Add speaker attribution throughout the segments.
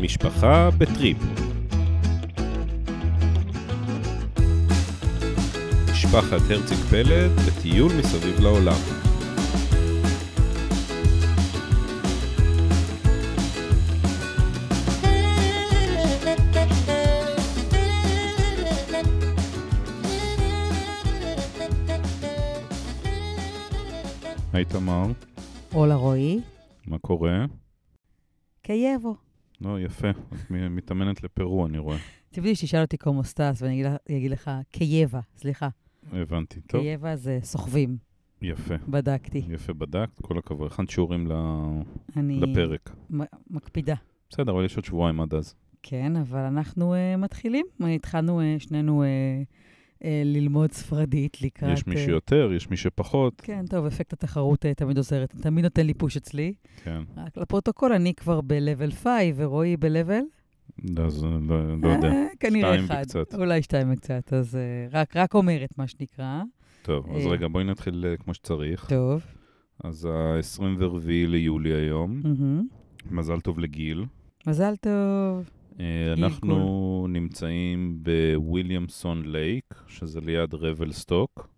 Speaker 1: משפחה בטריפ. משפחת הרציג פלד בטיול מסביב לעולם. היי תמר,
Speaker 2: אולה רועי,
Speaker 1: מה קורה?
Speaker 2: קייבו.
Speaker 1: לא, יפה, את מ- מתאמנת לפרו, אני רואה.
Speaker 2: ציפיתי שתשאל אותי קומוסטס ואני אגיד לך- אגיד לך קייבה, סליחה.
Speaker 1: הבנתי, טוב.
Speaker 2: קייבה זה סוחבים,
Speaker 1: יפה.
Speaker 2: בדקתי.
Speaker 1: יפה בדקת, כל הכבוד. הכנת שיעורים ל-
Speaker 2: אני
Speaker 1: לפרק.
Speaker 2: מ- מקפידה.
Speaker 1: בסדר, אבל יש עוד שבועיים עד אז.
Speaker 2: כן, אבל אנחנו אה, מתחילים. אה, התחלנו אה, שנינו אה, אה, ללמוד ספרדית לקראת...
Speaker 1: יש מי
Speaker 2: אה,
Speaker 1: שיותר, יש מי שפחות.
Speaker 2: כן, טוב, אפקט התחרות אה, תמיד עוזר, תמיד נותן לי פוש אצלי.
Speaker 1: כן.
Speaker 2: רק לפרוטוקול, אני כבר ב-level 5 ורועי ב-level?
Speaker 1: לא, אז לא- לא יודע.
Speaker 2: אה, כנראה
Speaker 1: שתיים
Speaker 2: אחד.
Speaker 1: וקצת.
Speaker 2: אולי שתיים וקצת, אז אה, רק- רק אומרת, מה שנקרא.
Speaker 1: טוב, אז
Speaker 2: אה.
Speaker 1: רגע, בואי נתחיל אה, כמו שצריך.
Speaker 2: טוב.
Speaker 1: אז ה-24 ליולי היום,
Speaker 2: מהמם.
Speaker 1: מזל טוב לגיל.
Speaker 2: מזל טוב.
Speaker 1: אה,
Speaker 2: גיל
Speaker 1: אנחנו נמצאים בוויליאמסון לייק, שזה ליד רבלסטוק.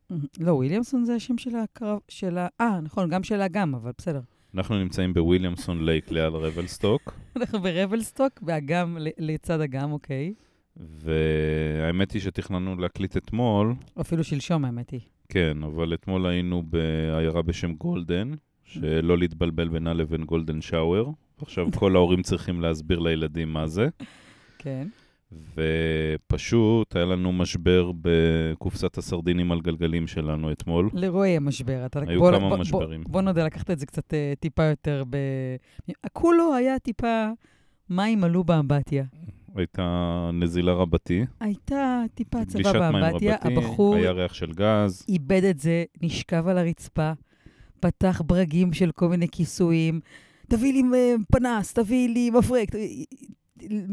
Speaker 2: לא, וויליאמסון זה השם של הקרב, של ה... אה, נכון, גם שלה גם, אבל בסדר.
Speaker 1: אנחנו נמצאים בוויליאמסון לייק ליד רבלסטוק,
Speaker 2: אנחנו ברבלסטוק, באגם, ל- לצד אגם, אוקיי.
Speaker 1: והאמת היא שתכננו להקליט אתמול,
Speaker 2: או אפילו שלשום, האמת היא.
Speaker 1: כן, אבל אתמול היינו בעיירה בשם גולדן, שלא להתבלבל בינה לבין גולדן שאואר. עכשיו כל ההורים צריכים להסביר לילדים מה זה.
Speaker 2: כן.
Speaker 1: ופשוט היה לנו משבר בקופסת הסרדינים על גלגלים שלנו אתמול.
Speaker 2: לרועי המשבר. אתה...
Speaker 1: היו
Speaker 2: בוא-
Speaker 1: כמה
Speaker 2: בוא- בוא-
Speaker 1: משברים.
Speaker 2: בוא נודה, לקחת את זה קצת אה, טיפה יותר ב... כולו היה טיפה... מים עלו באמבטיה.
Speaker 1: הייתה נזילה רבתי,
Speaker 2: הייתה טיפה הצבה
Speaker 1: גלישת מים
Speaker 2: באמבטיה,
Speaker 1: רבתי,
Speaker 2: הבחור
Speaker 1: היה ריח של גז,
Speaker 2: איבד את זה, נשכב על הרצפה, פתח ברגים של כל מיני כיסויים, תביא לי אה, פנס, תביא לי מפרק, ת-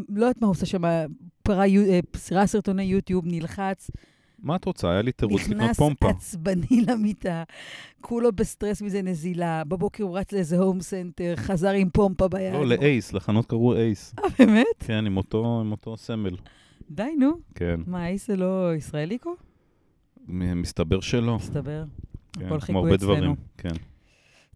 Speaker 2: לא יודעת מה הוא עושה שם, פרה יו- אה, סירה סרטוני יוטיוב, נלחץ,
Speaker 1: מה את רוצה? היה לי תירוץ לקנות
Speaker 2: נכנס
Speaker 1: פומפה.
Speaker 2: עצבני למיטה, כולו בסטרס מזה נזילה, בבוקר הוא רץ לאיזה הום סנטר, חזר עם פומפה ביד.
Speaker 1: לא, לאייס, לחנות קראו אייס.
Speaker 2: אה, באמת?
Speaker 1: כן, עם אותו עם אותו סמל.
Speaker 2: די, נו.
Speaker 1: כן.
Speaker 2: מה, האיש זה לא ישראליקו?
Speaker 1: מ- מסתבר שלא.
Speaker 2: מסתבר.
Speaker 1: כן,
Speaker 2: הכל
Speaker 1: כמו
Speaker 2: חיכו
Speaker 1: הרבה
Speaker 2: אצלנו.
Speaker 1: דברים. כן.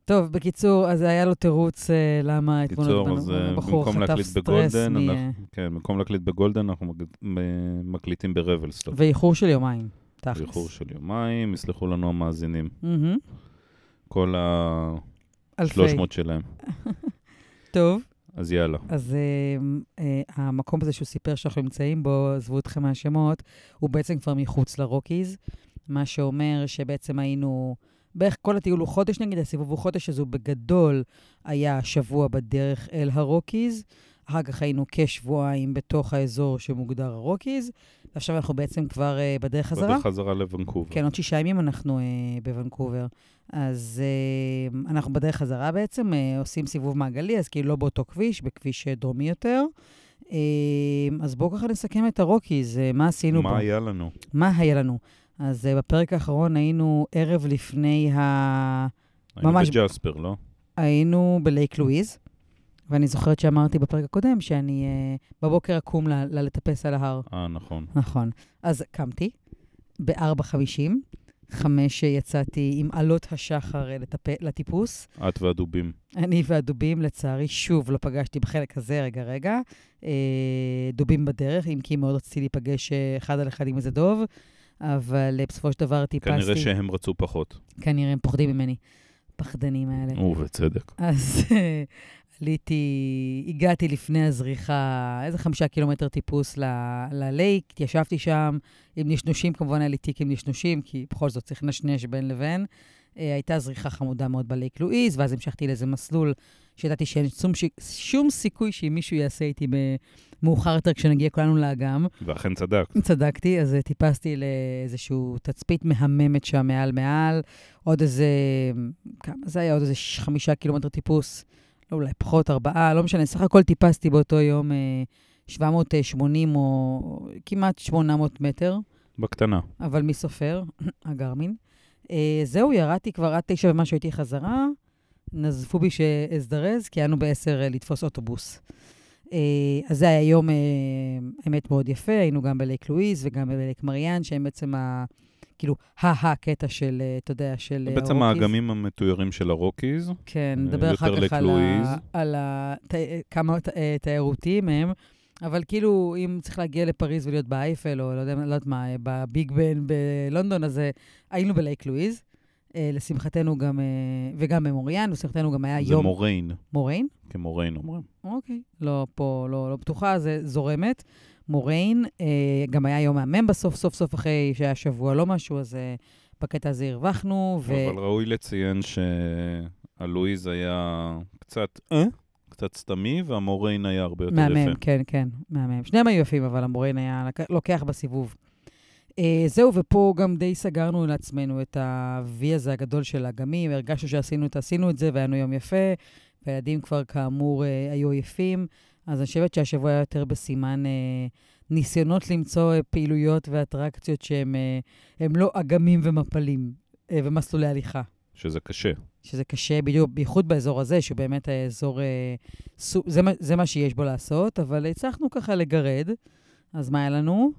Speaker 2: טוב, בקיצור, אז היה לו תירוץ אה, למה אתמול
Speaker 1: קיצור, אז אה,
Speaker 2: הבחור
Speaker 1: במקום
Speaker 2: חטף
Speaker 1: להקליט
Speaker 2: סטרס
Speaker 1: בגולדן,
Speaker 2: מ-
Speaker 1: אנחנו- כן, במקום להקליט בגולדן, אנחנו מג- מ- מקליטים ברבלסטוק.
Speaker 2: ואיחור של יומיים, תכלס.
Speaker 1: איחור של יומיים, יסלחו לנו המאזינים.
Speaker 2: מהמם.
Speaker 1: כל
Speaker 2: אלפי.
Speaker 1: ה-300 שלהם.
Speaker 2: טוב,
Speaker 1: אז יאללה.
Speaker 2: אז אה, אה, המקום הזה שהוא סיפר שאנחנו נמצאים בו, עזבו אתכם מהשמות, הוא בעצם כבר מחוץ לרוקיז, מה שאומר שבעצם היינו... בערך כל הטיול הוא חודש נגיד, הסיבוב הוא חודש, אז הוא בגדול היה שבוע בדרך אל הרוקיז. אחר כך היינו כשבועיים בתוך האזור שמוגדר הרוקיז, ועכשיו אנחנו בעצם כבר אה, בדרך חזרה.
Speaker 1: בדרך חזרה לוונקובר.
Speaker 2: כן, עוד שישה ימים אנחנו אה, בוונקובר. אז אה, אנחנו בדרך חזרה בעצם, אה, עושים סיבוב מעגלי, אז כאילו לא באותו כביש, בכביש אה, דרומי יותר. אה, אז בואו ככה נסכם את הרוקיז, אה, מה עשינו פה,
Speaker 1: מה היה לנו?
Speaker 2: מה היה לנו. אז אה, בפרק האחרון היינו ערב לפני ה...
Speaker 1: היינו
Speaker 2: ממש-
Speaker 1: בג'ספר, לא?
Speaker 2: היינו בלייק לואיז, ואני זוכרת שאמרתי בפרק הקודם שאני אה, בבוקר אקום ל- ל- לטפס על ההר.
Speaker 1: אה, נכון.
Speaker 2: נכון. אז קמתי ב-4.50, חמש אה, יצאתי עם עלות השחר אה, לטפ... לטיפוס.
Speaker 1: את והדובים.
Speaker 2: אני והדובים, לצערי, שוב לא פגשתי בחלק הזה, רגע, רגע. אה, דובים בדרך, אם כי מאוד רציתי להיפגש אה, אחד על אחד עם איזה דוב, אבל אה, בסופו של דבר טיפסתי.
Speaker 1: כנראה שהם רצו פחות.
Speaker 2: כנראה הם פוחדים ממני, הפחדנים האלה.
Speaker 1: ובצדק.
Speaker 2: אז אה, עליתי, הגעתי לפני הזריחה, איזה חמישה קילומטר טיפוס ל- ללייק, ישבתי שם עם נשנושים, כמובן היה לי תיק עם נשנושים, כי בכל זאת צריך לנשנש בין לבין. אה, הייתה זריחה חמודה מאוד בלייק לואיז, ואז המשכתי לאיזה מסלול שידעתי שאין שום, ש... שום סיכוי שאם מישהו יעשה איתי ב- מאוחר יותר כשנגיע כולנו לאגם.
Speaker 1: ואכן צדקת.
Speaker 2: צדקתי, אז אה, טיפסתי לאיזשהו תצפית מהממת שם מעל מעל, עוד איזה, כמה זה היה? עוד איזה ש- חמישה קילומטר טיפוס, לא, אולי פחות, ארבעה, לא משנה, סך הכל טיפסתי באותו יום אה, 780 או כמעט 800 מטר,
Speaker 1: בקטנה.
Speaker 2: אבל מי סופר? הגרמין. אה, זהו, ירדתי כבר עד תשע ומשהו הייתי חזרה, נזפו בי שאזדרז, כי היינו בעשר אה, לתפוס אוטובוס. אה, אז זה היה יום, אה, האמת, מאוד יפה. היינו גם בלייק לואיז וגם בלייק מריאן, שהם בעצם ה... כאילו, ה-ה-קטע של, אה, אתה יודע, של אה,
Speaker 1: בעצם האגמים המתוירים של הרוקיז.
Speaker 2: כן,
Speaker 1: אה,
Speaker 2: נדבר אחר
Speaker 1: יותר
Speaker 2: כך על,
Speaker 1: לקלואיז.
Speaker 2: ה, על ה, ת, כמה ת, אה, תיירותיים הם, אבל כאילו, אם צריך להגיע לפריז ולהיות באייפל, או לא יודע, לא יודעת מה, אה, בביג בן בלונדון, אז אה, היינו בלייק לואיז. אה, לשמחתנו גם, אה, וגם במוריאן, לשמחתנו גם היה
Speaker 1: זה
Speaker 2: יום
Speaker 1: מוריין,
Speaker 2: מוריין.
Speaker 1: כמוריין אומרים.
Speaker 2: אוקיי. לא פה, לא, לא בטוחה, זה זורמת. מוריין, אה, גם היה יום מהמם בסוף, סוף סוף אחרי שהיה שבוע לא משהו, אז אה, בקטע הזה הרווחנו. ו...
Speaker 1: אבל ראוי לציין שהלואיז היה קצת, אה? קצת סתמי, והמוריין היה הרבה יותר
Speaker 2: מהמם,
Speaker 1: יפה.
Speaker 2: כן, כן, מהמם. שניהם היו יפים, אבל המוריין היה לק- לוקח בסיבוב. אה, זהו, ופה גם די סגרנו לעצמנו את ה-V הזה הגדול של האגמים, הרגשנו שעשינו את, עשינו את זה, והיה לנו יום יפה, והילדים כבר כאמור אה, היו עייפים, אז אני חושבת שהשבוע היה יותר בסימן אה, ניסיונות למצוא אה, פעילויות ואטרקציות שהם אה, הם לא אגמים ומפלים אה, ומסלולי הליכה.
Speaker 1: שזה קשה.
Speaker 2: שזה קשה בדיוק, בייחוד באזור הזה, שהוא באמת האזור... אה, סו, זה, מה- זה מה שיש בו לעשות, אבל הצלחנו ככה לגרד. אז מה היה לנו?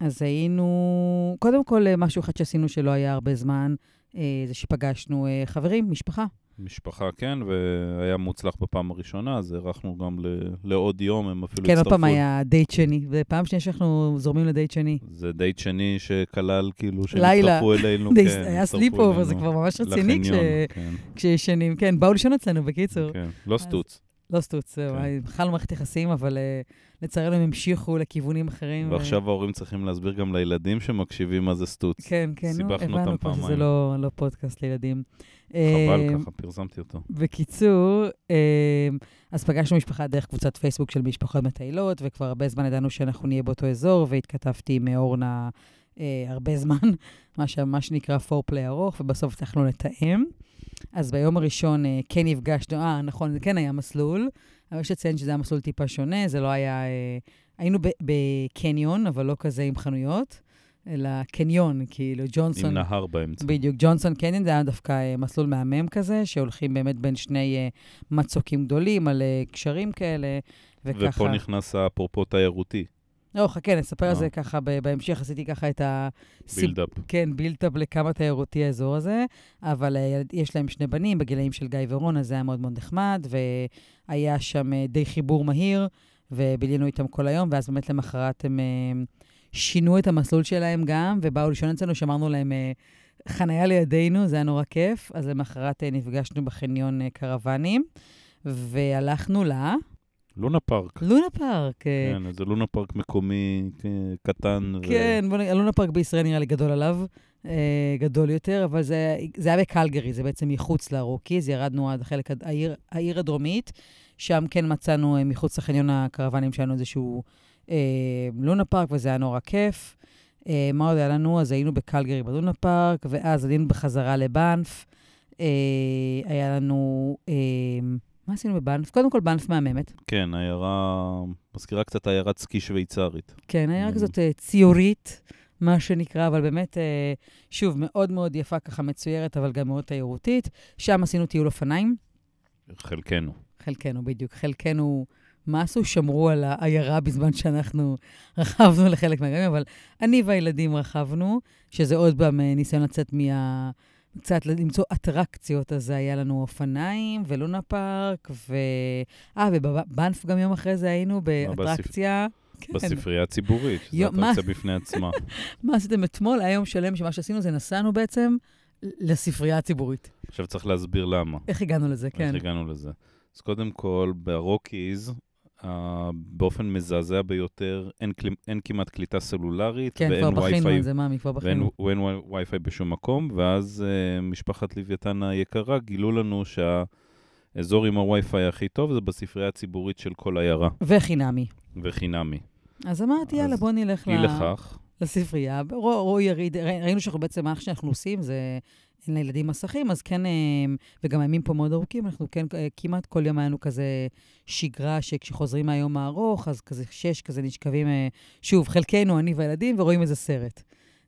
Speaker 2: אז היינו... קודם כל, אה, משהו אחד שעשינו שלא היה הרבה זמן, אה, זה שפגשנו אה, חברים, משפחה.
Speaker 1: משפחה, כן, והיה מוצלח בפעם הראשונה, אז הארכנו גם ל- לעוד יום, הם אפילו
Speaker 2: כן, עוד פעם
Speaker 1: כאילו הצטרפו.
Speaker 2: היה דייט שני, ופעם שנייה שאנחנו זורמים לדייט שני.
Speaker 1: זה דייט שני שכלל, כאילו, שהם
Speaker 2: לילה.
Speaker 1: הצטרפו אלינו.
Speaker 2: דייט-
Speaker 1: כן,
Speaker 2: היה
Speaker 1: הצטרפו
Speaker 2: סליפ אובר, זה
Speaker 1: אלינו
Speaker 2: כבר ממש רציני כש-
Speaker 1: לחניון, כן,
Speaker 2: כשישנים. כן, באו לישון אצלנו, בקיצור.
Speaker 1: כן. לא
Speaker 2: אז-
Speaker 1: סטוץ.
Speaker 2: לא סטוץ, זהו,
Speaker 1: כן.
Speaker 2: היה- בכלל לא מערכת יחסים, אבל אה, לצערנו הם המשיכו לכיוונים אחרים. ו-
Speaker 1: ועכשיו ההורים צריכים להסביר גם לילדים שמקשיבים מה זה סטוץ.
Speaker 2: כן, כן, נו,
Speaker 1: סיבכנו
Speaker 2: הבנו
Speaker 1: אותם
Speaker 2: כבר שזה
Speaker 1: פעמיים.
Speaker 2: לא, לא פודקאסט לילדים.
Speaker 1: חבל,
Speaker 2: אמ,
Speaker 1: ככה פרסמתי אותו.
Speaker 2: בקיצור, אמ, אז פגשנו משפחה דרך קבוצת פייסבוק של משפחות מטיילות, וכבר הרבה זמן ידענו שאנחנו נהיה באותו אזור, והתכתבתי עם אורנה אה, הרבה זמן, מה שממש נקרא פורפליי ארוך, ובסוף הצלחנו לתאם. אז ביום הראשון אה, כן נפגשנו, אה, נכון, זה כן היה מסלול, אבל יש לציין שזה היה מסלול טיפה שונה, זה לא היה... אה, היינו ב- בקניון, אבל לא כזה עם חנויות, אלא קניון, כאילו ג'ונסון.
Speaker 1: עם נהר באמצע.
Speaker 2: בדיוק, ג'ונסון קניון זה היה דווקא אה, מסלול מהמם כזה, שהולכים באמת בין שני אה, מצוקים גדולים על אה, קשרים כאלה, וככה...
Speaker 1: ופה נכנס האפרופו תיירותי,
Speaker 2: לא, חכה, נספר על
Speaker 1: אה.
Speaker 2: זה ככה ב- בהמשך, עשיתי ככה את ה...
Speaker 1: בילדאפ.
Speaker 2: כן, בילטאפ לכמה תיירותי האזור הזה, אבל אה, ילד- יש להם שני בנים בגילאים של גיא ורון, אז זה היה מאוד מאוד נחמד, והיה שם אה, די חיבור מהיר, ובילינו איתם כל היום, ואז באמת למחרת הם אה, שינו את המסלול שלהם גם, ובאו לישון אצלנו, שמרנו להם אה, חנייה לידינו, זה היה נורא כיף. אז למחרת אה, נפגשנו בחניון אה, קרוונים, והלכנו
Speaker 1: לונה פארק.
Speaker 2: ללונה פארק. אה,
Speaker 1: כן, איזה לונה פארק מקומי אה, קטן. ו-
Speaker 2: כן, בוא נגיד, אלונה פארק בישראל נראה לי גדול עליו, אה, גדול יותר, אבל זה, זה היה בקלגרי, זה בעצם מחוץ לרוקיז, ירדנו עד חלק הד- העיר, העיר הדרומית, שם כן מצאנו אה, מחוץ לחניון הקרוונים שלנו איזשהו אה, לונה פארק, וזה היה נורא כיף. אה, מה עוד היה לנו? אז היינו בקלגרי בלונה פארק, ואז עלינו בחזרה לבנף. אה, היה לנו... אה, מה עשינו בבנף? קודם כל, בנף מהממת.
Speaker 1: כן, עיירה, מזכירה קצת עיירת סקי שוויצרית.
Speaker 2: כן, העיר
Speaker 1: Mhm.
Speaker 2: כזאת אה, ציורית, מה שנקרא, אבל באמת, אה, שוב, מאוד מאוד יפה, ככה מצוירת, אבל גם מאוד תיירותית. שם עשינו טיול אופניים,
Speaker 1: חלקנו.
Speaker 2: כן. חלקנו בדיוק, חלקנו, מה עשו? שמרו על העיירה בזמן שאנחנו רכבנו לחלק מהגמים, אבל אני והילדים רכבנו, שזה עוד פעם אה, ניסיון לצאת מה... קצת למצוא אטרקציות, אז היה לנו אופניים ולונה פארק, ו... אה, ובבנף גם יום אחרי זה היינו באטרקציה. כן.
Speaker 1: בספרייה הציבורית, שזו
Speaker 2: יו, מה?
Speaker 1: אטרקציה בפני עצמה.
Speaker 2: מה עשיתם אתמול? היה יום שלם שמה שעשינו זה נסענו בעצם לספרייה הציבורית.
Speaker 1: עכשיו צריך להסביר למה.
Speaker 2: איך הגענו לזה, כן.
Speaker 1: איך הגענו לזה? אז קודם כל, ברוקיז, אה, באופן מזעזע ביותר, אין קלי- אין כמעט קליטה סלולרית,
Speaker 2: כן, כבר
Speaker 1: ואין
Speaker 2: בכינו
Speaker 1: וי-פיי
Speaker 2: על זה, מאמי, כבר
Speaker 1: ואין
Speaker 2: בכינו.
Speaker 1: ואין ווי- וי-פיי בשום מקום, ואז אה, משפחת לוויתן היקרה גילו לנו שהאזור עם הווי-פיי הכי טוב זה בספרייה הציבורית של כל עיירה,
Speaker 2: וחינמי.
Speaker 1: וחינמי.
Speaker 2: אז אמרתי, יאללה,
Speaker 1: אז
Speaker 2: בוא נלך
Speaker 1: אי
Speaker 2: ל-
Speaker 1: לכך,
Speaker 2: לספרייה. רוא- רועי יריד, ראי- ראינו שאנחנו בעצם, מה שאנחנו עושים זה... אין לילדים מסכים, אז כן, אה, וגם הימים פה מאוד ארוכים, אנחנו כן, אה, כמעט כל יום היה לנו כזה שגרה, שכשחוזרים מהיום הארוך, אז כזה שש, כזה נשכבים, אה, שוב, חלקנו, אני והילדים, ורואים איזה סרט.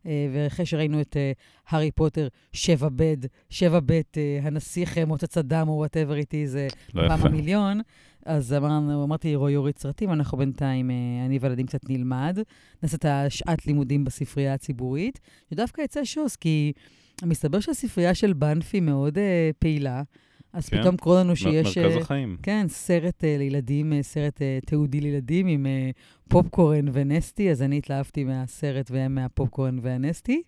Speaker 2: אה, ואחרי שראינו את אה, הארי פוטר, שבע בד, שבע בית, אה, הנסיך אה, מוצץ הדם או וואטאבר איטי, זה
Speaker 1: לא
Speaker 2: פעם
Speaker 1: יפה.
Speaker 2: המיליון. אז אמרנו, אמרתי, רועי יוריד סרטים, אנחנו בינתיים, אה, אני והילדים קצת נלמד. נעשה את השעת לימודים בספרייה הציבורית, שדווקא יצא שוס, כי מסתבר שהספרייה של בנפי מאוד אה, פעילה, אז
Speaker 1: כן.
Speaker 2: פתאום קורא לנו
Speaker 1: מ-
Speaker 2: שיש...
Speaker 1: מרכז
Speaker 2: אה,
Speaker 1: החיים.
Speaker 2: כן, סרט אה, לילדים, אה, סרט אה, תיעודי לילדים עם אה, פופקורן ונסטי, אז אני התלהבתי מהסרט ומהפופקורן והנסטי.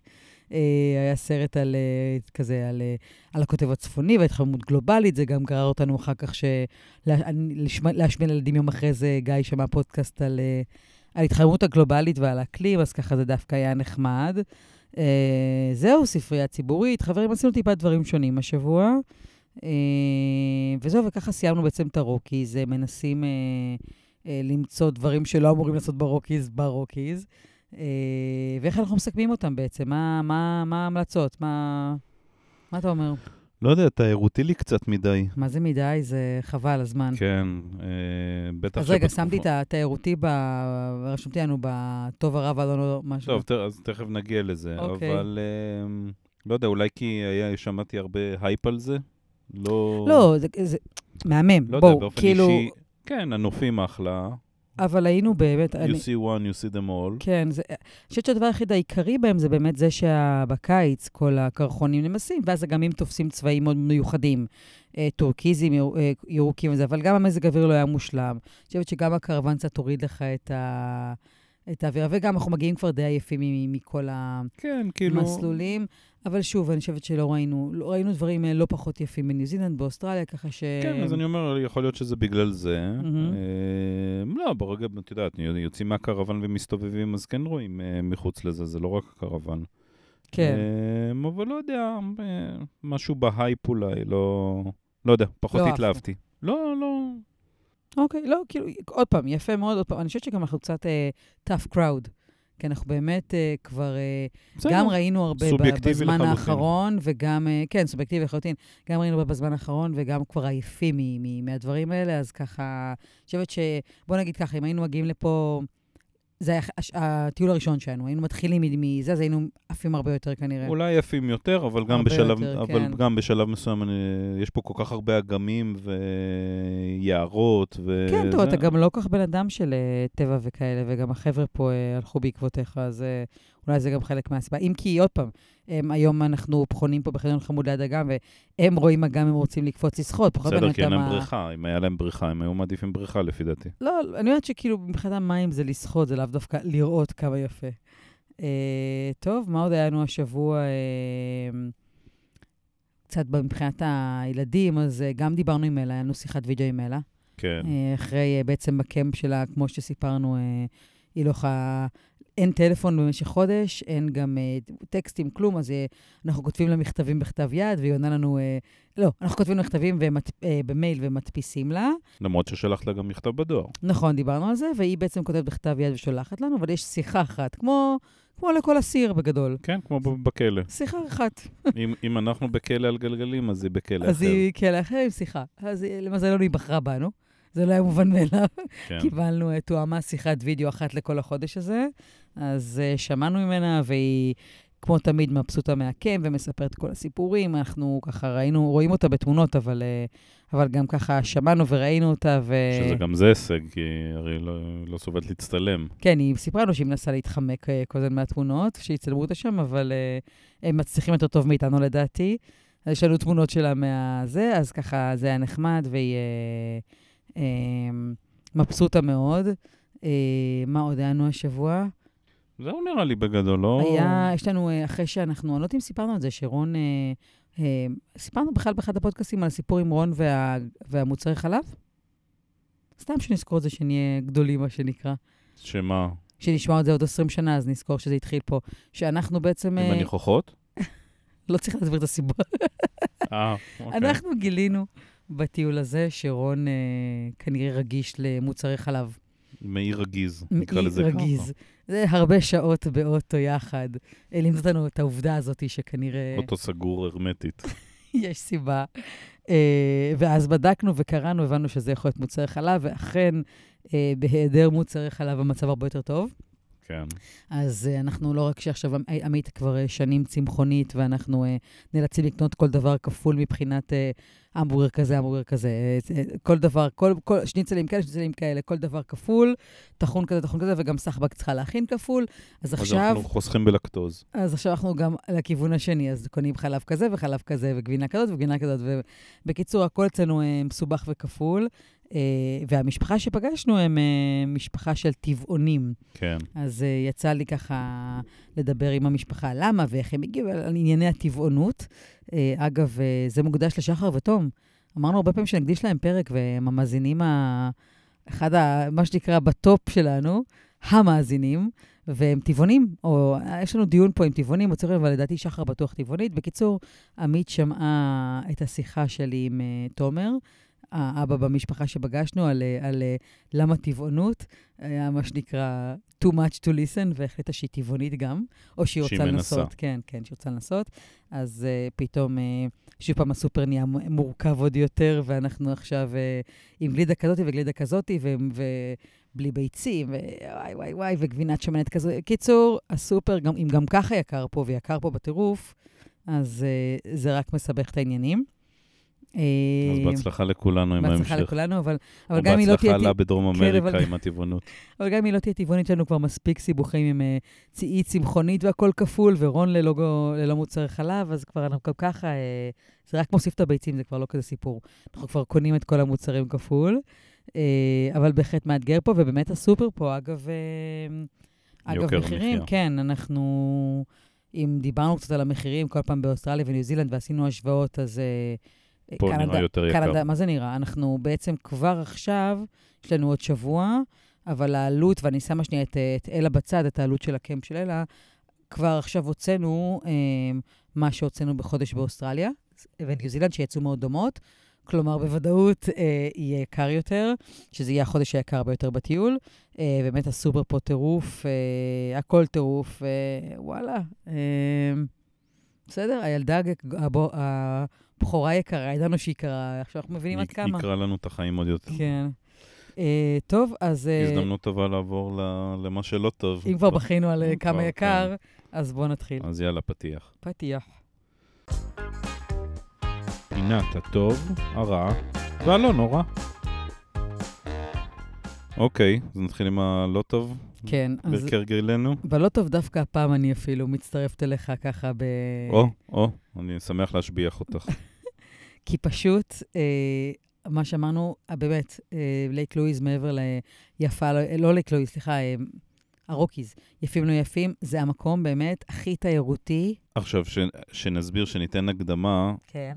Speaker 2: אה, היה סרט על אה, כזה, על, אה, על הקוטב הצפוני וההתחממות גלובלית, זה גם גרר אותנו אחר כך ש... לה- אני- לשמ- להשמיע לילדים יום אחרי זה, גיא שמע פודקאסט על, אה, על התחממות הגלובלית ועל האקלים, אז ככה זה דווקא היה נחמד. אה, זהו, ספרייה ציבורית. חברים, עשינו טיפה דברים שונים השבוע. אה, וזהו, וככה סיימנו בעצם את הרוקיז, אה, מנסים אה, אה, למצוא דברים שלא אמורים לעשות ברוקיז, ברוקיז. אה, ואיך אנחנו מסכמים אותם בעצם? מה- מה מה ההמלצות? מה מה אתה אומר?
Speaker 1: לא יודע, תיירותי לי קצת מדי.
Speaker 2: מה זה מדי? זה חבל, הזמן.
Speaker 1: כן, אה, בטח
Speaker 2: אז רגע,
Speaker 1: שבתקופה-
Speaker 2: שמתי את התיירותי, ב... רשמתי לנו בטוב הרע והלא משהו.
Speaker 1: טוב, ת- אז תכף נגיע לזה,
Speaker 2: אוקיי.
Speaker 1: אבל אה, לא יודע, אולי כי היה, שמעתי הרבה הייפ על זה. לא...
Speaker 2: לא, זה, זה מהמם,
Speaker 1: לא יודע,
Speaker 2: בואו,
Speaker 1: באופן
Speaker 2: כאילו,
Speaker 1: אישי... כן, הנופים אחלה.
Speaker 2: אבל היינו באמת,
Speaker 1: You
Speaker 2: אני,
Speaker 1: see one, you see them all.
Speaker 2: כן, זה- אני חושבת שהדבר היחיד העיקרי בהם זה באמת זה שבקיץ כל הקרחונים נמסים, ואז אגמים תופסים צבעים מאוד מיוחדים, אה, טורקיזים, יור- אה, ירוקים וזה, אבל גם המזג האוויר לא היה מושלם. אני חושבת שגם הקרוון קצת הוריד לך את ה... את האווירה, וגם אנחנו מגיעים כבר די עייפים מ- מכל ה...
Speaker 1: כן,
Speaker 2: כאילו...
Speaker 1: כאילו...
Speaker 2: מסלולים. אבל שוב, אני חושבת שלא ראינו, לא- ראינו דברים אה, לא פחות יפים בניו זילנד, באוסטרליה, ככה ש...
Speaker 1: כן, אז אני אומר, יכול להיות שזה בגלל זה.
Speaker 2: מהמם.
Speaker 1: אה, לא, ברגע, את יודעת, יוצאים מהקרוון ומסתובבים, אז כן רואים אה, מחוץ לזה, זה לא רק הקרוון.
Speaker 2: כן.
Speaker 1: אה, אבל לא יודע, אה, משהו בהייפ אולי, לא... לא יודע, פחות
Speaker 2: לא אהבת.
Speaker 1: התלהבתי. לא, לא.
Speaker 2: אוקיי, לא, כאילו, עוד פעם, יפה מאוד, עוד פעם. אני חושבת שגם אנחנו קצת טאף uh, קראוד. כי אנחנו באמת uh, כבר, uh,
Speaker 1: בסדר.
Speaker 2: גם ראינו הרבה ב-
Speaker 1: סובייקטיבי
Speaker 2: בזמן
Speaker 1: לחלוטין.
Speaker 2: האחרון, וגם, uh, כן, סובייקטיבי לחלוטין, גם ראינו הרבה בזמן האחרון, וגם כבר עייפים מ- מ- מהדברים האלה, אז ככה, אני חושבת ש... בוא נגיד ככה, אם היינו מגיעים לפה, זה היה הש- הטיול הראשון שלנו, היינו מתחילים מ- מזה, אז היינו עפים הרבה יותר כנראה.
Speaker 1: אולי יפים יותר, אבל גם
Speaker 2: כן. הרבה
Speaker 1: בשלב,
Speaker 2: יותר,
Speaker 1: אבל
Speaker 2: כן.
Speaker 1: גם בשלב מסוים אני, יש פה כל כך הרבה אגמים ויערות ו...
Speaker 2: כן, טוב,
Speaker 1: אה, זה-
Speaker 2: אתה גם לא כל כך בן אדם של אה, טבע וכאלה, וגם החבר'ה פה אה, הלכו בעקבותיך, אז אה, אולי זה גם חלק מהסיבה. אם כי, עוד פעם, הם, היום אנחנו חונים פה בחניון חמוד ליד אגם, והם רואים אגם, הם רוצים לקפוץ לשחות, פחות
Speaker 1: בסדר,
Speaker 2: מעניין
Speaker 1: כי אין
Speaker 2: אותם
Speaker 1: להם
Speaker 2: ה-
Speaker 1: בריכה. אם היה להם בריכה, הם היו מעדיפים בריכה, לפי דעתי.
Speaker 2: לא, לא, אני יודעת שכאילו מבחינת המים זה לשחות, זה לאו דווקא לראות כמה יפה. אה, טוב, מה עוד היה לנו השבוע? אה, קצת מבחינת הילדים, אז אה, גם דיברנו עם אלה, היה לנו שיחת וידאו עם אלה.
Speaker 1: כן.
Speaker 2: אה, אחרי אה, בעצם בקמפ שלה, כמו שסיפרנו, אה, היא לא יכולה... אין טלפון במשך חודש, אין גם אה, טקסטים, כלום, אז אה, אנחנו כותבים לה מכתבים בכתב יד, והיא עונה לנו... אה, לא, אנחנו כותבים לה מכתבים ומת, אה, במייל ומדפיסים לה.
Speaker 1: למרות ששלחת לה גם מכתב בדואר.
Speaker 2: נכון, דיברנו על זה, והיא בעצם כותבת בכתב יד ושולחת לנו, אבל יש שיחה אחת, כמו, כמו לכל אסיר בגדול.
Speaker 1: כן, כמו ב- בכלא.
Speaker 2: שיחה אחת.
Speaker 1: אם- אם אנחנו בכלא על גלגלים, אז היא בכלא
Speaker 2: אז
Speaker 1: אחר.
Speaker 2: היא כאלה אחר עם שיחה. אז אה, למזלנו היא בחרה בנו. זה לא היה מובן מאליו.
Speaker 1: כן.
Speaker 2: קיבלנו אה, תואמה שיחת וידאו אחת לכל החודש הזה, אז אה, שמענו ממנה, והיא, כמו תמיד, מבסוטה מהקם ומספרת כל הסיפורים. אנחנו ככה ראינו, רואים אותה בתמונות, אבל, אה, אבל גם ככה שמענו וראינו אותה, ו...
Speaker 1: שזה גם זה הישג, כי היא הרי לא- לא סובלת להצטלם.
Speaker 2: כן, היא סיפרה לנו שהיא מנסה להתחמק אה, כל הזמן מהתמונות, שיצלמו אותה שם, אבל אה, הם מצליחים יותר טוב מאיתנו לדעתי. אז יש לנו תמונות שלה מהזה, אז ככה זה היה נחמד, והיא אה, אה, מבסוטה מאוד. אה, מה עוד היה לנו השבוע?
Speaker 1: זהו נראה לי בגדול, לא?
Speaker 2: היה, יש לנו, אה, אחרי שאנחנו, אני לא יודעת אם סיפרנו את זה, שרון, אה, אה, סיפרנו בכלל באחד הפודקאסטים על הסיפור עם רון וה, והמוצרי חלב? סתם שנזכור את זה, שנהיה גדולים, מה שנקרא.
Speaker 1: שמה?
Speaker 2: שנשמע את זה עוד 20 שנה, אז נזכור שזה התחיל פה. שאנחנו בעצם...
Speaker 1: עם
Speaker 2: אה,
Speaker 1: הניחוחות?
Speaker 2: לא צריך להסביר את הסיבה.
Speaker 1: אה, אוקיי.
Speaker 2: אנחנו גילינו בטיול הזה שרון אה, כנראה רגיש למוצרי חלב.
Speaker 1: מעי רגיז, נקרא
Speaker 2: מעי
Speaker 1: לזה ככה.
Speaker 2: רגיז. זה הרבה שעות באוטו יחד. אה, לימדו אותנו את העובדה הזאת שכנראה...
Speaker 1: אוטו סגור הרמטית.
Speaker 2: יש סיבה. Uh, ואז בדקנו וקראנו, הבנו אה, שזה יכול להיות מוצרי חלב, ואכן, uh, בהיעדר מוצרי חלב המצב הרבה יותר טוב.
Speaker 1: כן.
Speaker 2: אז אה, אנחנו לא רק שעכשיו עמ- עמית כבר אה, שנים צמחונית, ואנחנו אה, נאלצים לקנות כל דבר כפול מבחינת אה, המבורגר כזה, המבורגר כזה, אה, אה, כל דבר, כל, כל, שניצלים כאלה, שניצלים כאלה, כל דבר כפול, טחון כזה, טחון כזה, וגם סחבק צריכה להכין כפול. אז
Speaker 1: אז
Speaker 2: עכשיו,
Speaker 1: אנחנו חוסכים בלקטוז.
Speaker 2: אז עכשיו אנחנו גם לכיוון השני, אז קונים חלב כזה וחלב כזה, וגבינה כזאת וגבינה כזאת. ובקיצור, הכל אצלנו אה, מסובך וכפול. אה, והמשפחה שפגשנו הם אה, משפחה של טבעונים.
Speaker 1: כן.
Speaker 2: אז uh, יצא לי ככה לדבר עם המשפחה למה ואיך הם הגיעו, על על ענייני הטבעונות. Uh, אגב, uh, זה מוקדש לשחר ותום. אמרנו הרבה פעמים שנקדיש להם פרק, והם המאזינים, ה... אחד ה... מה שנקרא בטופ שלנו, המאזינים, והם טבעונים, או אה, יש לנו דיון פה עם טבעונים, או צריך, אבל לדעתי שחר בטוח טבעונית. בקיצור, עמית שמעה את השיחה שלי עם uh, תומר. האבא במשפחה שפגשנו על, אה, על אה, למה טבעונות, היה מה שנקרא too much to listen, והחליטה שהיא טבעונית גם, או שהיא
Speaker 1: שהיא
Speaker 2: רוצה
Speaker 1: מנסה.
Speaker 2: לנסות. כן, כן, שהיא רוצה לנסות. אז uh, פתאום, uh, שוב פעם הסופר נהיה מ- מורכב עוד יותר, ואנחנו עכשיו uh, עם גלידה כזאתי וגלידה כזאתי, ו... ו בלי ביצים, ווואי וואי וואי, וגבינת שמנת כזו. קיצור, הסופר, גם, אם גם ככה יקר פה ויקר פה בטירוף, אז uh, זה רק מסבך את העניינים. אז
Speaker 1: אז בהצלחה לכולנו עם ההמשך.
Speaker 2: אה, בהצלחה לכולנו, אבל, אבל גם אם היא לא תהיה...
Speaker 1: בהצלחה לה בדרום
Speaker 2: כן, אבל-
Speaker 1: אמריקה עם הטבעונות.
Speaker 2: אבל גם אם היא לא תהיה טבעונית, יש לנו כבר מספיק סיבוכים עם אה, צ- אי צמחונית והכל כפול, ורון ללא, גו- ללא מוצרי חלב, אז כבר אנחנו גם ככה, אה, זה רק מוסיף את הביצים, זה כבר לא כזה סיפור. אנחנו כבר קונים את כל המוצרים כפול, אה, אבל בהחלט מאתגר פה, ובאמת הסופר פה, אגב, אה, אגב
Speaker 1: יוקר
Speaker 2: מחירים,
Speaker 1: המחיה.
Speaker 2: כן, אנחנו, אם דיברנו קצת על המחירים כל פעם באוסטרליה וניו זילנד ועשינו השוואות, אז... אה,
Speaker 1: פה
Speaker 2: קנדה-
Speaker 1: נראה יותר יקר.
Speaker 2: קנדה, מה זה נראה? אנחנו בעצם כבר עכשיו, יש לנו עוד שבוע, אבל העלות, ואני שמה שנייה את, אה, את אלה בצד, את העלות של הקמפ של אלה, כבר עכשיו הוצאנו אה, מה שהוצאנו בחודש באוסטרליה וניו זילנד, שיצאו מאוד דומות. כלומר, בוודאות אה, יהיה יקר יותר, שזה יהיה החודש היקר ביותר בטיול. אה, באמת הסופר פה טירוף, אה, הכל טירוף, אה, וואלה. אה, בסדר, הילדה הג- הבו- הבכורה יקרה, ידענו שהיא יקרה, עכשיו אנחנו מבינים עד
Speaker 1: יק-
Speaker 2: כמה.
Speaker 1: יקרא לנו את החיים עוד יותר.
Speaker 2: כן. אה, טוב, אז אה,
Speaker 1: הזדמנות טובה לעבור ל- למה שלא טוב.
Speaker 2: אם כבר בכינו על אה,
Speaker 1: אם
Speaker 2: כמה
Speaker 1: כבר, כן.
Speaker 2: יקר, אז בואו נתחיל.
Speaker 1: אז יאללה, פתיח.
Speaker 2: פתיח.
Speaker 1: אה, פינת הטוב, הרע והלא נורא. אוקיי, אז נתחיל עם הלא טוב,
Speaker 2: כן, אז
Speaker 1: כרגלנו.
Speaker 2: בלא טוב דווקא הפעם אני אפילו מצטרפת אליך ככה ב...
Speaker 1: או, או, אני שמח להשביח אותך.
Speaker 2: כי פשוט, אה, מה שאמרנו, אה, באמת, אה, לייק לואיז מעבר ליפה, לא, לא לייק לואיז, סליחה, אה, הרוקיז, יפים לא יפים, זה המקום באמת הכי תיירותי.
Speaker 1: עכשיו, ש- שנסביר, שניתן הקדמה,
Speaker 2: כן.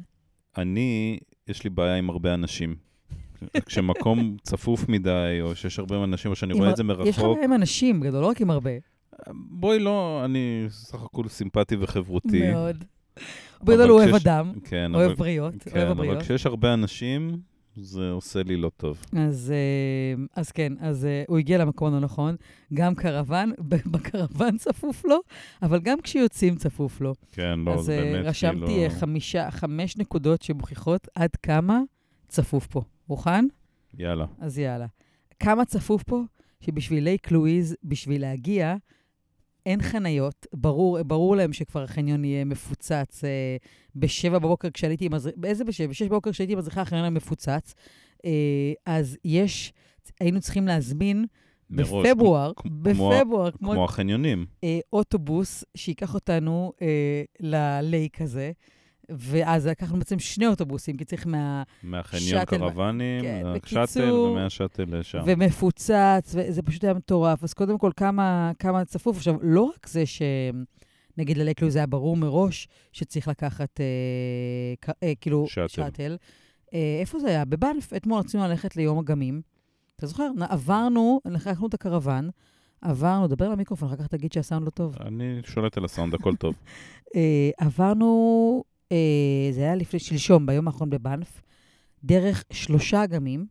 Speaker 1: אני, יש לי בעיה עם הרבה אנשים. כשמקום צפוף מדי, או שיש הרבה אנשים, או שאני
Speaker 2: עם
Speaker 1: רואה
Speaker 2: הר-
Speaker 1: את זה
Speaker 2: יש לך
Speaker 1: מרחוק,
Speaker 2: עם אנשים גדול, לא רק עם הרבה.
Speaker 1: בואי לא, אני סך הכול סימפטי וחברותי.
Speaker 2: מאוד. בגדול הוא אוהב
Speaker 1: כשיש-
Speaker 2: אדם,
Speaker 1: כן,
Speaker 2: אוהב
Speaker 1: אבל-
Speaker 2: בריות,
Speaker 1: כן,
Speaker 2: אוהב
Speaker 1: אבל
Speaker 2: הבריות.
Speaker 1: כשיש הרבה אנשים, זה עושה לי לא טוב.
Speaker 2: אז, אה, אז כן, אז אה, הוא הגיע למקום הנכון, גם קרוון, בקרוון צפוף לו, אבל גם כשיוצאים צפוף לו.
Speaker 1: כן, לא,
Speaker 2: אז
Speaker 1: זה
Speaker 2: אה,
Speaker 1: באמת כאילו...
Speaker 2: רשמתי אה, חמישה, חמש נקודות שמוכיחות עד כמה צפוף פה. מוכן?
Speaker 1: יאללה.
Speaker 2: אז יאללה. כמה צפוף פה שבשביל לייק לואיז, בשביל להגיע, אין חניות. ברור, ברור להם שכבר החניון יהיה מפוצץ. אה, בשבע בבוקר כשעליתי עם הזריחה, באיזה בשבע? בשש בבוקר כשעליתי עם הזריחה החניון היה מפוצץ. אה, אז יש, היינו צריכים להזמין
Speaker 1: מראש,
Speaker 2: בפברואר,
Speaker 1: כמו- כמו-
Speaker 2: בפברואר, כמו
Speaker 1: כמו החניונים.
Speaker 2: אה, אוטובוס שייקח אותנו אה, ללייק הזה, ואז לקחנו בעצם שני אוטובוסים, כי צריך מה...
Speaker 1: מהחניון
Speaker 2: שאטל,
Speaker 1: קרוונים,
Speaker 2: כן,
Speaker 1: לשאטל
Speaker 2: בקיצור-
Speaker 1: ומהשאטל לשם.
Speaker 2: ומפוצץ, וזה פשוט היה מטורף. אז קודם כל, כמה, כמה צפוף. עכשיו, לא רק זה ש... נגיד ללייקלו זה היה ברור מראש שצריך לקחת, אה, ק- אה, כאילו,
Speaker 1: שאטל.
Speaker 2: שאטל. אה, איפה זה היה? בבלף. אתמול רצינו ללכת ליום הגמים. אתה זוכר? נ- עברנו, לקחנו את הקרוון, עברנו, דבר למיקרופון, אחר כך תגיד שהסאונד לא טוב.
Speaker 1: אני שולט על הסאונד, הכל טוב.
Speaker 2: אה, עברנו, אה, זה היה לפני שלשום, ביום האחרון בבנף, דרך שלושה אגמים,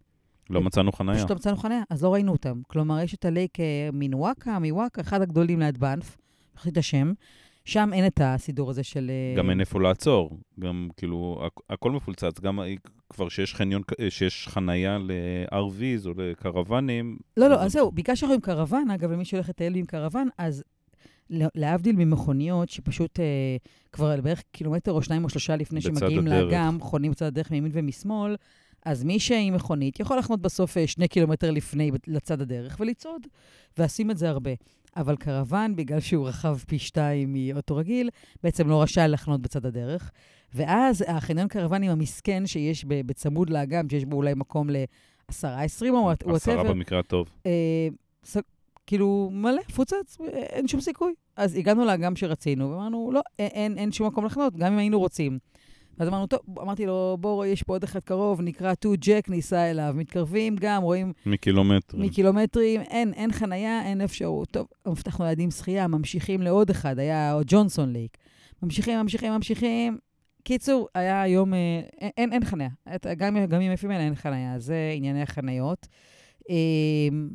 Speaker 1: לא מצאנו חניה.
Speaker 2: פשוט לא מצאנו חניה, אז לא ראינו אותם. כלומר, יש את הלייק אה, מנוואקה, מוואקה, אחד הגדולים ליד בנף, שכחתי את השם, שם אין את הסידור הזה של... אה,
Speaker 1: גם אין איפה לעצור. גם כאילו, הכ- הכל מפולצץ. גם ה- כבר שיש חניון, כ- שיש חנייה ל-RVs או לקרוונים.
Speaker 2: לא, לא,
Speaker 1: אז-
Speaker 2: אז זהו, בגלל שאנחנו עם קרוון, אגב, למי שהולך לטייל עם קרוון, אז לא- להבדיל ממכוניות, שפשוט אה, כבר בערך קילומטר או שניים או שלושה לפני
Speaker 1: בצד
Speaker 2: שמגיעים
Speaker 1: הדרך.
Speaker 2: לאגם, חונים בצד הדרך מימין ומשמאל, אז מי שהיא מכונית יכול לחנות בסוף אה, שני קילומטר לפני בת- לצד הדרך ולצעוד, ועשים את זה הרבה. אבל קרוון, בגלל שהוא רחב פי שתיים מאוטו רגיל, בעצם לא רשאי לחנות בצד הדרך. ואז החניון קרוונים המסכן שיש ב- בצמוד לאגם, שיש בו אולי מקום ל-10, 20 או וואטאבר.
Speaker 1: עשרה במקרה הטוב.
Speaker 2: אה, ס- כאילו, מלא, פוצץ, אה, אין שום סיכוי. אז הגענו לאגם שרצינו, ואמרנו, לא, אה, אין, אין שום מקום לחנות, גם אם היינו רוצים. אז אמרנו, טוב, אמרתי לו, בוא, יש פה עוד אחד קרוב, נקרא 2Jack, ניסע אליו. מתקרבים גם, רואים
Speaker 1: מקילומטרים.
Speaker 2: מקילומטרים, אין, אין חנייה, אין אפשרות. טוב, הבטחנו ליד עם שחייה, ממשיכים לעוד אחד, היה עוד ג'ונסון לייק. ממשיכים, ממשיכים, ממשיכים. קיצור, היה יום, אה, אין, אין, אין חניה. אתה- גם, גם עם היפים האלה אין חניה, זה ענייני החניות. אה,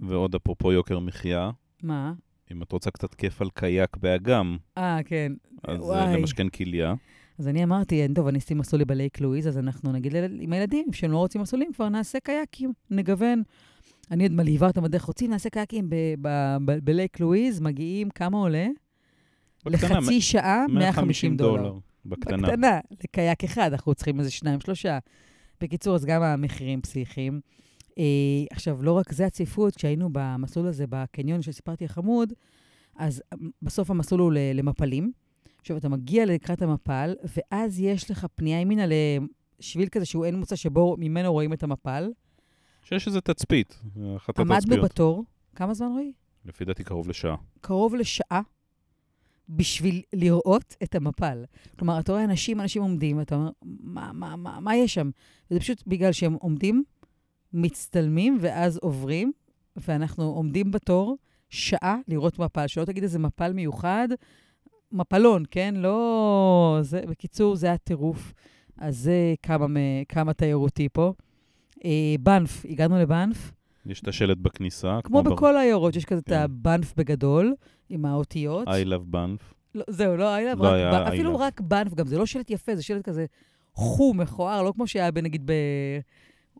Speaker 1: ועוד אפרופו יוקר מחיה,
Speaker 2: מה?
Speaker 1: אם את רוצה קצת כיף על קיאק באגם,
Speaker 2: אה, כן.
Speaker 1: אז אה,
Speaker 2: וואי.
Speaker 1: למשכן כליה.
Speaker 2: אז אני אמרתי, טוב, אני אשים מסלול בלייק לואיז, אז אנחנו נגיד לילד- עם הילדים, שהם לא רוצים מסלולים, כבר נעשה קייקים, נגוון. אני עוד מלהיבה אותם בדרך, רוצים נעשה קייקים ב- ב- ב- בלייק לואיז, מגיעים, כמה עולה?
Speaker 1: בקטנה,
Speaker 2: לחצי שעה, 150 דולר.
Speaker 1: בקטנה.
Speaker 2: בקטנה, לקייק אחד, אנחנו צריכים איזה שניים, שלושה. בקיצור, אז גם המחירים פסיכיים. אה, עכשיו, לא רק זה הצפיפות, כשהיינו במסלול הזה, בקניון שסיפרתי החמוד, אז אה, בסוף המסלול הוא ל- למפלים. עכשיו, אתה מגיע לקראת המפל, ואז יש לך פנייה ימינה לשביל כזה שהוא אין מוצא שבו ממנו רואים את המפל.
Speaker 1: שיש איזה תצפית, אחת
Speaker 2: עמדנו
Speaker 1: התצפיות.
Speaker 2: בתור, כמה זמן רועי?
Speaker 1: לפי דעתי קרוב לשעה.
Speaker 2: קרוב לשעה בשביל לראות את המפל. כלומר, אתה רואה אנשים, אנשים עומדים, ואתה אומר, מה, מה, מה, מה יש שם? וזה פשוט בגלל שהם עומדים, מצטלמים, ואז עוברים, ואנחנו עומדים בתור שעה לראות מפל. שלא תגיד איזה מפל מיוחד, מפלון, כן? לא... זה, בקיצור, זה היה טירוף. אז זה כמה, מ- כמה תיירותי פה. אה, בנף, הגענו לבנף.
Speaker 1: יש את השלט בכניסה.
Speaker 2: כמו
Speaker 1: בר-
Speaker 2: בכל העיירות, יש כזה את
Speaker 1: כן. אה,
Speaker 2: הבנף בגדול, עם האותיות.
Speaker 1: I love בנף.
Speaker 2: לא, זהו, לא היה,
Speaker 1: לא
Speaker 2: רק
Speaker 1: היה
Speaker 2: בנ- אפילו
Speaker 1: אילף.
Speaker 2: רק בנף, גם זה לא שלט יפה, זה שלט כזה חום, מכוער, לא כמו שהיה בנגיד ב...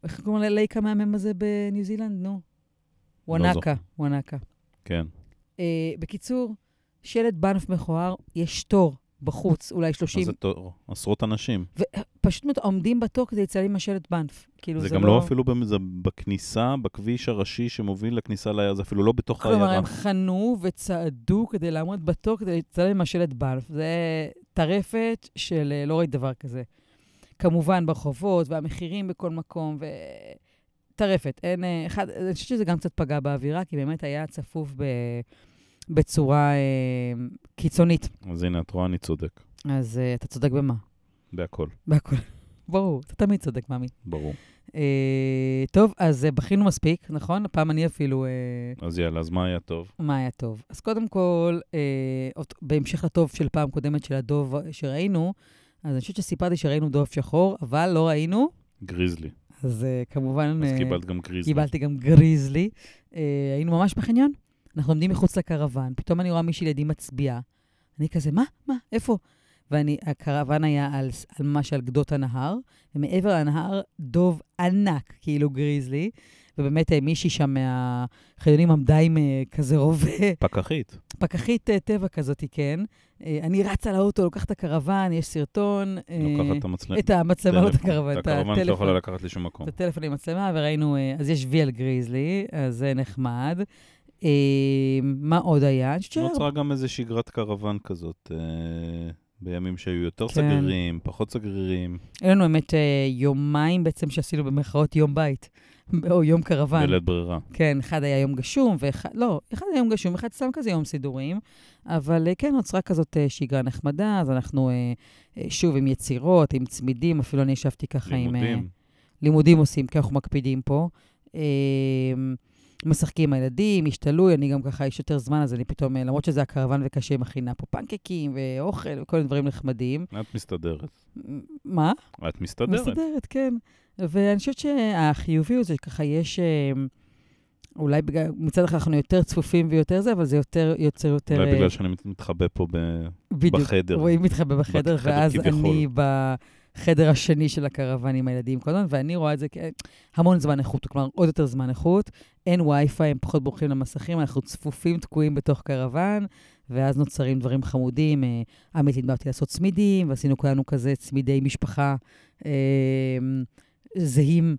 Speaker 2: איך קוראים ללייק המהמם הזה בניו זילנד? נו.
Speaker 1: לא זוכר.
Speaker 2: וואנקה, וואנקה.
Speaker 1: כן.
Speaker 2: אה, בקיצור, שלט בנף מכוער, יש תור בחוץ, אולי
Speaker 1: מה
Speaker 2: 30,
Speaker 1: זה תור? עשרות אנשים.
Speaker 2: פשוט מאוד עומדים בתור כדי לצלם עם השלט בנף. כאילו,
Speaker 1: זה גם לא אפילו במ- זה בכניסה, בכביש הראשי שמוביל לכניסה לעיירה, זה אפילו לא בתוך
Speaker 2: כלומר,
Speaker 1: העיירה.
Speaker 2: הם חנו וצעדו כדי לעמוד בתור, כדי לצלם עם השלט בלף. זה טרפת של אה, לא ראית דבר כזה. כמובן, ברחובות והמחירים בכל מקום, ו... טרפת. אין... אה, אחד, אני חושבת שזה גם קצת פגע באווירה, כי באמת היה צפוף ב... בצורה אה, קיצונית.
Speaker 1: אז הנה, את רואה, אני צודק.
Speaker 2: אז אה, אתה צודק במה?
Speaker 1: בהכל,
Speaker 2: בהכול. ברור, אתה תמיד צודק, מאמי.
Speaker 1: ברור.
Speaker 2: אה, טוב, אז אה, בכינו מספיק, נכון? הפעם אני אפילו... אה,
Speaker 1: אז יאללה, אז מה היה טוב?
Speaker 2: מה היה טוב? אז קודם כל, אה, אות- בהמשך לטוב של פעם קודמת של הדוב שראינו, אז אני חושבת שסיפרתי שראינו דוב שחור, אבל לא ראינו,
Speaker 1: גריזלי.
Speaker 2: אז אה, כמובן...
Speaker 1: אז
Speaker 2: אה,
Speaker 1: קיבלת גם גריזלי.
Speaker 2: קיבלתי גם גריזלי. אה, היינו ממש בחניון, אנחנו עומדים מחוץ לקרוון, פתאום אני רואה מישהי לידי מצביעה. אני כזה, מה? מה? איפה? ואני, הקרוון היה על, ס- על ממש על גדות הנהר, ומעבר לנהר דוב ענק, כאילו גריזלי, ובאמת אה, מישהי שם מהחניונים עמדה עם אה, כזה רובה
Speaker 1: פקחית.
Speaker 2: פקחית אה, טבע כזאת, כן. אה, אני רצה לאוטו, לוקחת את הקרוון, יש סרטון. אה,
Speaker 1: לוקחת את המצלמה.
Speaker 2: את המצלמה, לא את הקרוון,
Speaker 1: את
Speaker 2: את
Speaker 1: הקרוון את לא יכולה
Speaker 2: הטלפון.
Speaker 1: לקחת לשום מקום.
Speaker 2: את הטלפון עם מצלמה, וראינו, אה, אז יש וי על גריזלי, אז זה נחמד. אה, מה עוד היה? אני חושבת שהיה הרבה-
Speaker 1: נוצרה גם איזו שגרת קרוון כזאת, אה, בימים שהיו יותר
Speaker 2: כן.
Speaker 1: סגרירים, פחות סגרירים,
Speaker 2: היה לנו באמת אה, יומיים בעצם שעשינו במרכאות יום בית, או יום קרוון.
Speaker 1: בלית ברירה.
Speaker 2: כן, אחד היה יום גשום, ואחד, לא, אחד היה יום גשום, אחד סתם כזה יום סידורים, אבל אה, כן, נוצרה כזאת אה, שגרה נחמדה, אז אנחנו אה, אה, שוב עם יצירות, עם צמידים, אפילו אני ישבתי ככה עם... אה,
Speaker 1: לימודים.
Speaker 2: לימודים עושים, כי אנחנו מקפידים פה. אה, משחקים עם הילדים, איש תלוי, אני גם ככה, יש יותר זמן, אז אני פתאום, אה, למרות שזה הקרוון וקשה, מכינה פה פנקקים ואוכל וכל מיני דברים נחמדים.
Speaker 1: את מסתדרת.
Speaker 2: מה?
Speaker 1: את מסתדרת.
Speaker 2: מסתדרת, כן. ואני חושבת שהחיובי הוא זה שככה יש, אה, אולי בגלל, מצד אחד אנחנו יותר צפופים ויותר זה, אבל זה יותר, יוצר יותר...
Speaker 1: אולי בגלל
Speaker 2: אה,
Speaker 1: שאני מת- מתחבא פה ב-
Speaker 2: בדיוק.
Speaker 1: בחדר.
Speaker 2: רואים מתחבא בחדר,
Speaker 1: בחדר
Speaker 2: ואז
Speaker 1: כביכול.
Speaker 2: אני ב... החדר השני של הקרוון עם הילדים כל הזמן, ואני רואה את זה כהמון זמן איכות, כלומר עוד יותר זמן איכות. אין וי-פיי, הם פחות בורחים למסכים, אנחנו צפופים, תקועים בתוך קרוון, ואז נוצרים דברים חמודים. אה, עמית נדברתי לעשות צמידים, ועשינו כולנו כזה צמידי משפחה אה, זהים.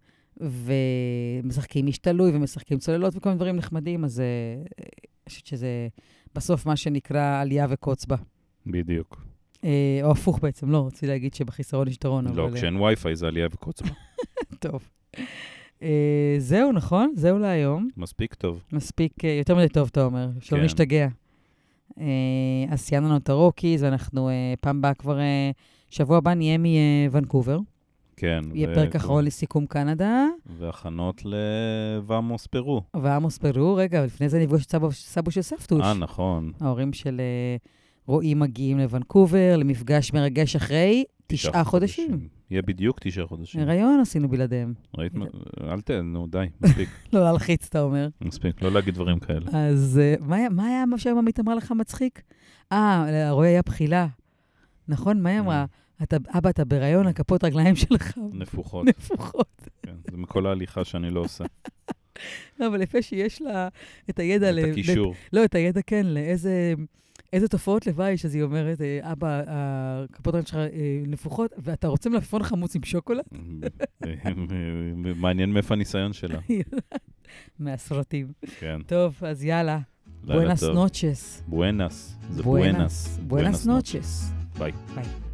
Speaker 2: ומשחקים איש תלוי ומשחקים צוללות וכל מיני דברים נחמדים, אז אה, אני חושבת שזה בסוף מה שנקרא עלייה וקוץ בה.
Speaker 1: בדיוק.
Speaker 2: אה, או הפוך בעצם, לא, רציתי להגיד שבחיסרון יש יתרון, אבל...
Speaker 1: לא,
Speaker 2: אה,
Speaker 1: כשאין וי-פיי זה עלייה וקוץ בה.
Speaker 2: טוב. אה, זהו, נכון? זהו להיום.
Speaker 1: מספיק טוב.
Speaker 2: מספיק, אה, יותר מדי טוב, אתה אומר, שלא
Speaker 1: כן.
Speaker 2: נשתגע. אה, אז סיימנו לנו את הרוקיז, ואנחנו אה, פעם הבאה כבר, אה, שבוע הבא נהיה מוונקובר.
Speaker 1: כן.
Speaker 2: יהיה
Speaker 1: ו-
Speaker 2: פרק אחרון לסיכום קנדה,
Speaker 1: והכנות לוואמוס פרו.
Speaker 2: ועמוס פרו, רגע, אבל לפני זה נפגוש את סבו- סבו של סבתוש.
Speaker 1: אה, נכון.
Speaker 2: ההורים של אה, רועי מגיעים לוונקובר, למפגש מרגש אחרי תשעה חודשים.
Speaker 1: יהיה בדיוק תשעה חודשים.
Speaker 2: הריון עשינו בלעדיהם.
Speaker 1: ראית? מה- אל ת... נו, די, מספיק.
Speaker 2: לא להלחיץ, אתה אומר.
Speaker 1: מספיק, לא להגיד דברים כאלה.
Speaker 2: אז אה, מה היה- מה היה מה שהיום עמית אמרה לך מצחיק? אה, הרועי היה בחילה. נכון, מה היא אמרה?
Speaker 1: Mm.
Speaker 2: אתה, אבא, אתה בריון, הכפות רגליים שלך
Speaker 1: נכון. נפוחות,
Speaker 2: נפוחות.
Speaker 1: כן. זה מכל ההליכה שאני לא עושה.
Speaker 2: לא, אבל יפה שיש לה את הידע...
Speaker 1: את
Speaker 2: ל-
Speaker 1: הקישור.
Speaker 2: לא, את הידע, כן, לאיזה... איזה תופעות לוואי יש, אז היא אומרת, אה, אבא, הכפות רגליים שלך אה, נפוחות, ואתה רוצה מלפפון חמוץ עם שוקולד?
Speaker 1: מעניין מאיפה הניסיון שלה.
Speaker 2: מהסרטים.
Speaker 1: כן,
Speaker 2: טוב, אז יאללה.
Speaker 1: לילה
Speaker 2: בואנס
Speaker 1: טוב.
Speaker 2: נוצ'ס.
Speaker 1: בואנס. זה בואנס.
Speaker 2: בואנס נוצ'ס.
Speaker 1: ביי.
Speaker 2: ביי.